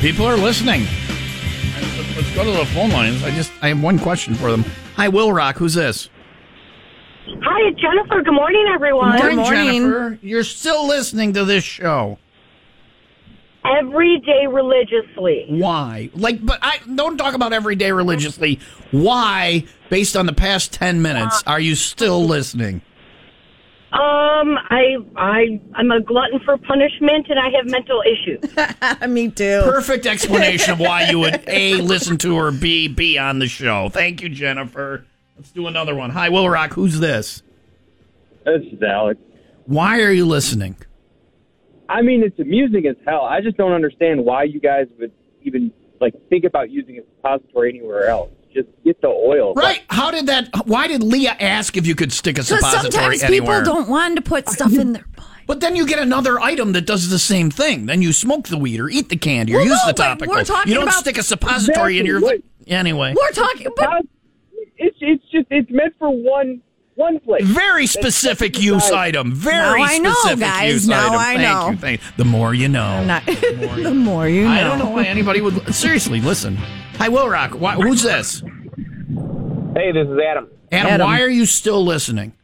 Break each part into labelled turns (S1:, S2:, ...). S1: People are listening. Let's go to the phone lines. I just I have one question for them. Hi, Will Rock. Who's this?
S2: Hi, it's Jennifer. Good morning, everyone.
S1: Good Jennifer. You're still listening to this show.
S2: Every day religiously.
S1: Why? Like, but I don't talk about everyday religiously. Why, based on the past ten minutes, are you still listening?
S2: Um, I I I'm a glutton for punishment, and I have mental issues.
S3: Uh, Me too.
S1: Perfect explanation of why you would a listen to or b be on the show. Thank you, Jennifer. Let's do another one. Hi, Will Rock. Who's this?
S4: This is Alex.
S1: Why are you listening?
S4: I mean, it's amusing as hell. I just don't understand why you guys would even like think about using a suppository anywhere else. Just get the oil.
S1: Right? How did that? Why did Leah ask if you could stick a
S3: Because
S1: suppository
S3: sometimes
S1: anywhere?
S3: people don't want to put stuff in their mind.
S1: But then you get another item that does the same thing. Then you smoke the weed or eat the candy or
S3: Well,
S1: use
S3: no,
S1: the
S3: but
S1: topical.
S3: we're talking
S1: you don't
S3: about-
S1: stick a suppository in your
S4: Exactly,
S1: anyway.
S3: We're talking,
S4: How-
S3: but
S4: It's it's just it's meant for one one place.
S1: Very specific use item. Very
S3: Now I know,
S1: specific
S3: guys.
S1: use
S3: Now
S1: item.
S3: I
S1: Thank
S3: know.
S1: You. Thank The more you know.
S3: not, the more you know.
S1: I don't know why anybody would seriously listen. Hi, Will Rock. Why, who's this?
S5: Hey, this is Adam.
S1: Adam,
S3: Adam.
S1: why are you still listening?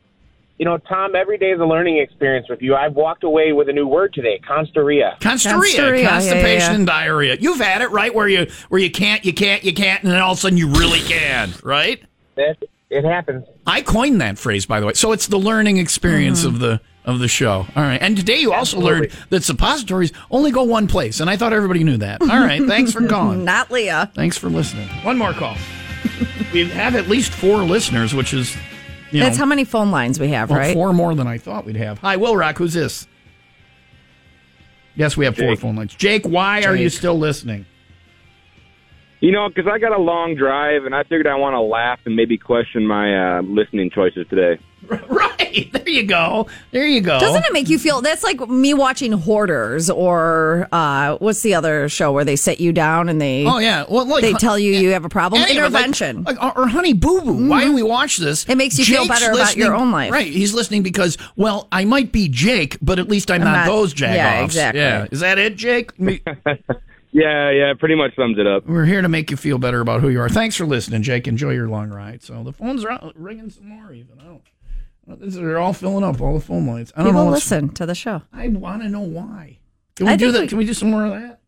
S5: You know, Tom, every day is a learning experience with you. I've walked away with a new word today, consteria.
S1: Consteria,
S3: Consteria, yeah,
S1: constipation,
S3: yeah.
S1: and diarrhea. You've had it, right? Where you where you can't, you can't, you can't, and then all of a sudden you really can, right?
S5: That it happens.
S1: I coined that phrase, by the way. So it's the learning experience
S3: Mm-hmm.
S1: of the of the show. All right. And today you also learned that suppositories only go one place, and I thought everybody knew that. All right. Thanks for calling.
S3: Not Leah.
S1: Thanks for listening. One more call. we have at least four listeners, which is you
S3: That's
S1: know
S3: how many phone lines we have,
S1: well,
S3: right?
S1: four more than I thought we'd have. Hi, Will Rock. Who's this? Yes, we have four
S6: Jake.
S1: phone lines. Jake, why are you still listening?
S6: You know, because I got a long drive, and I figured I want to laugh and maybe question my uh, listening choices today.
S1: Right. There you go. There you go.
S3: Doesn't it make you feel? That's like me watching Hoarders or uh, what's the other show where they sit you down and they
S1: Oh yeah. Well, like,
S3: they tell you you have a problem.
S1: Any of it, like-
S3: Intervention. Mm-hmm.
S1: like, or- or honey boo boo. Why do we watch this?
S3: It makes you feel better about your
S1: listening-
S3: own life.
S1: Right. He's listening because, well, I might be Jake, but at least I'm, not,
S3: not-
S1: those jagoffs.
S3: yeah, exactly.
S1: Yeah. Is that it, Jake? Me-
S6: Yeah, yeah, pretty much sums it up.
S1: We're here to make you feel better about who you are. Thanks for listening, Jake. Enjoy your long ride. So the phones are out, ringing some more. Even I don't. These are all filling up all the phone lines. I don't
S3: People
S1: know. what's-
S3: listen to the show.
S1: I want to know why. Can we
S3: I
S1: do
S3: think
S1: that? Can we
S3: we- Hmm.
S1: do some more of that?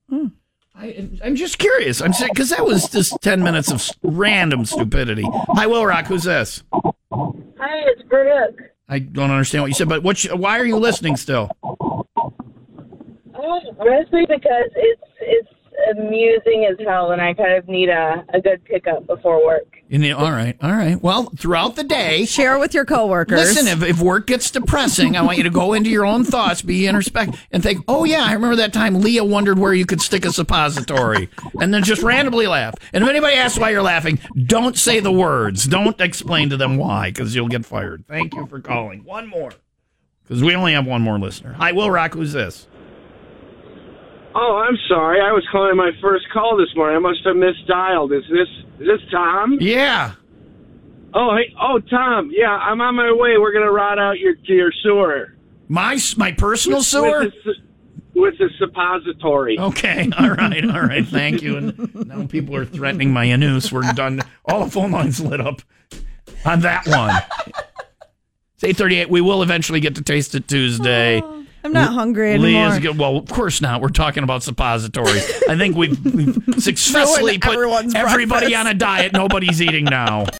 S1: I, I'm just curious. I'm because that was just ten minutes of s- random stupidity. Hi, Will Rock. Who's this?
S2: Hi, it's Brooke.
S1: I don't understand what you said, but what? You, why are you listening still?
S2: Oh, mostly because it's it's amusing as hell, and I kind of need a a good pickup before work.
S1: In the, all right, all right. Well, throughout the day,
S3: Share with your coworkers.
S1: listen. If, if work gets depressing, I want you to go into your own thoughts, be introspect, and think. Oh yeah, I remember that time Leah wondered where you could stick a suppository, and then just randomly laugh. And if anybody asks why you're laughing, don't say the words. Don't explain to them why, because you'll get fired. Thank you for calling. One more, because we only have one more listener. Hi, Will Rock. Who's this?
S7: Oh, I'm sorry. I was calling my first call this morning. I must have misdialed. Is this is this Tom?
S1: Yeah.
S7: Oh, hey, oh, Tom. Yeah, I'm on my way. We're gonna rot out your your sewer.
S1: My s- my personal sewer.
S7: With the, su- with the suppository.
S1: Okay. All right. All right. Thank you. And now people are threatening my anus. We're done. All the phone lines lit up on that one. It's eight thirty-eight. We will eventually get to Taste It Tuesday.
S3: I'm not hungry
S1: Leah's
S3: anymore.
S1: good. Well, of course not. We're talking about suppositories. I think we've, we've successfully put
S3: everyone's
S1: everybody
S3: breakfast.
S1: on a diet nobody's eating now.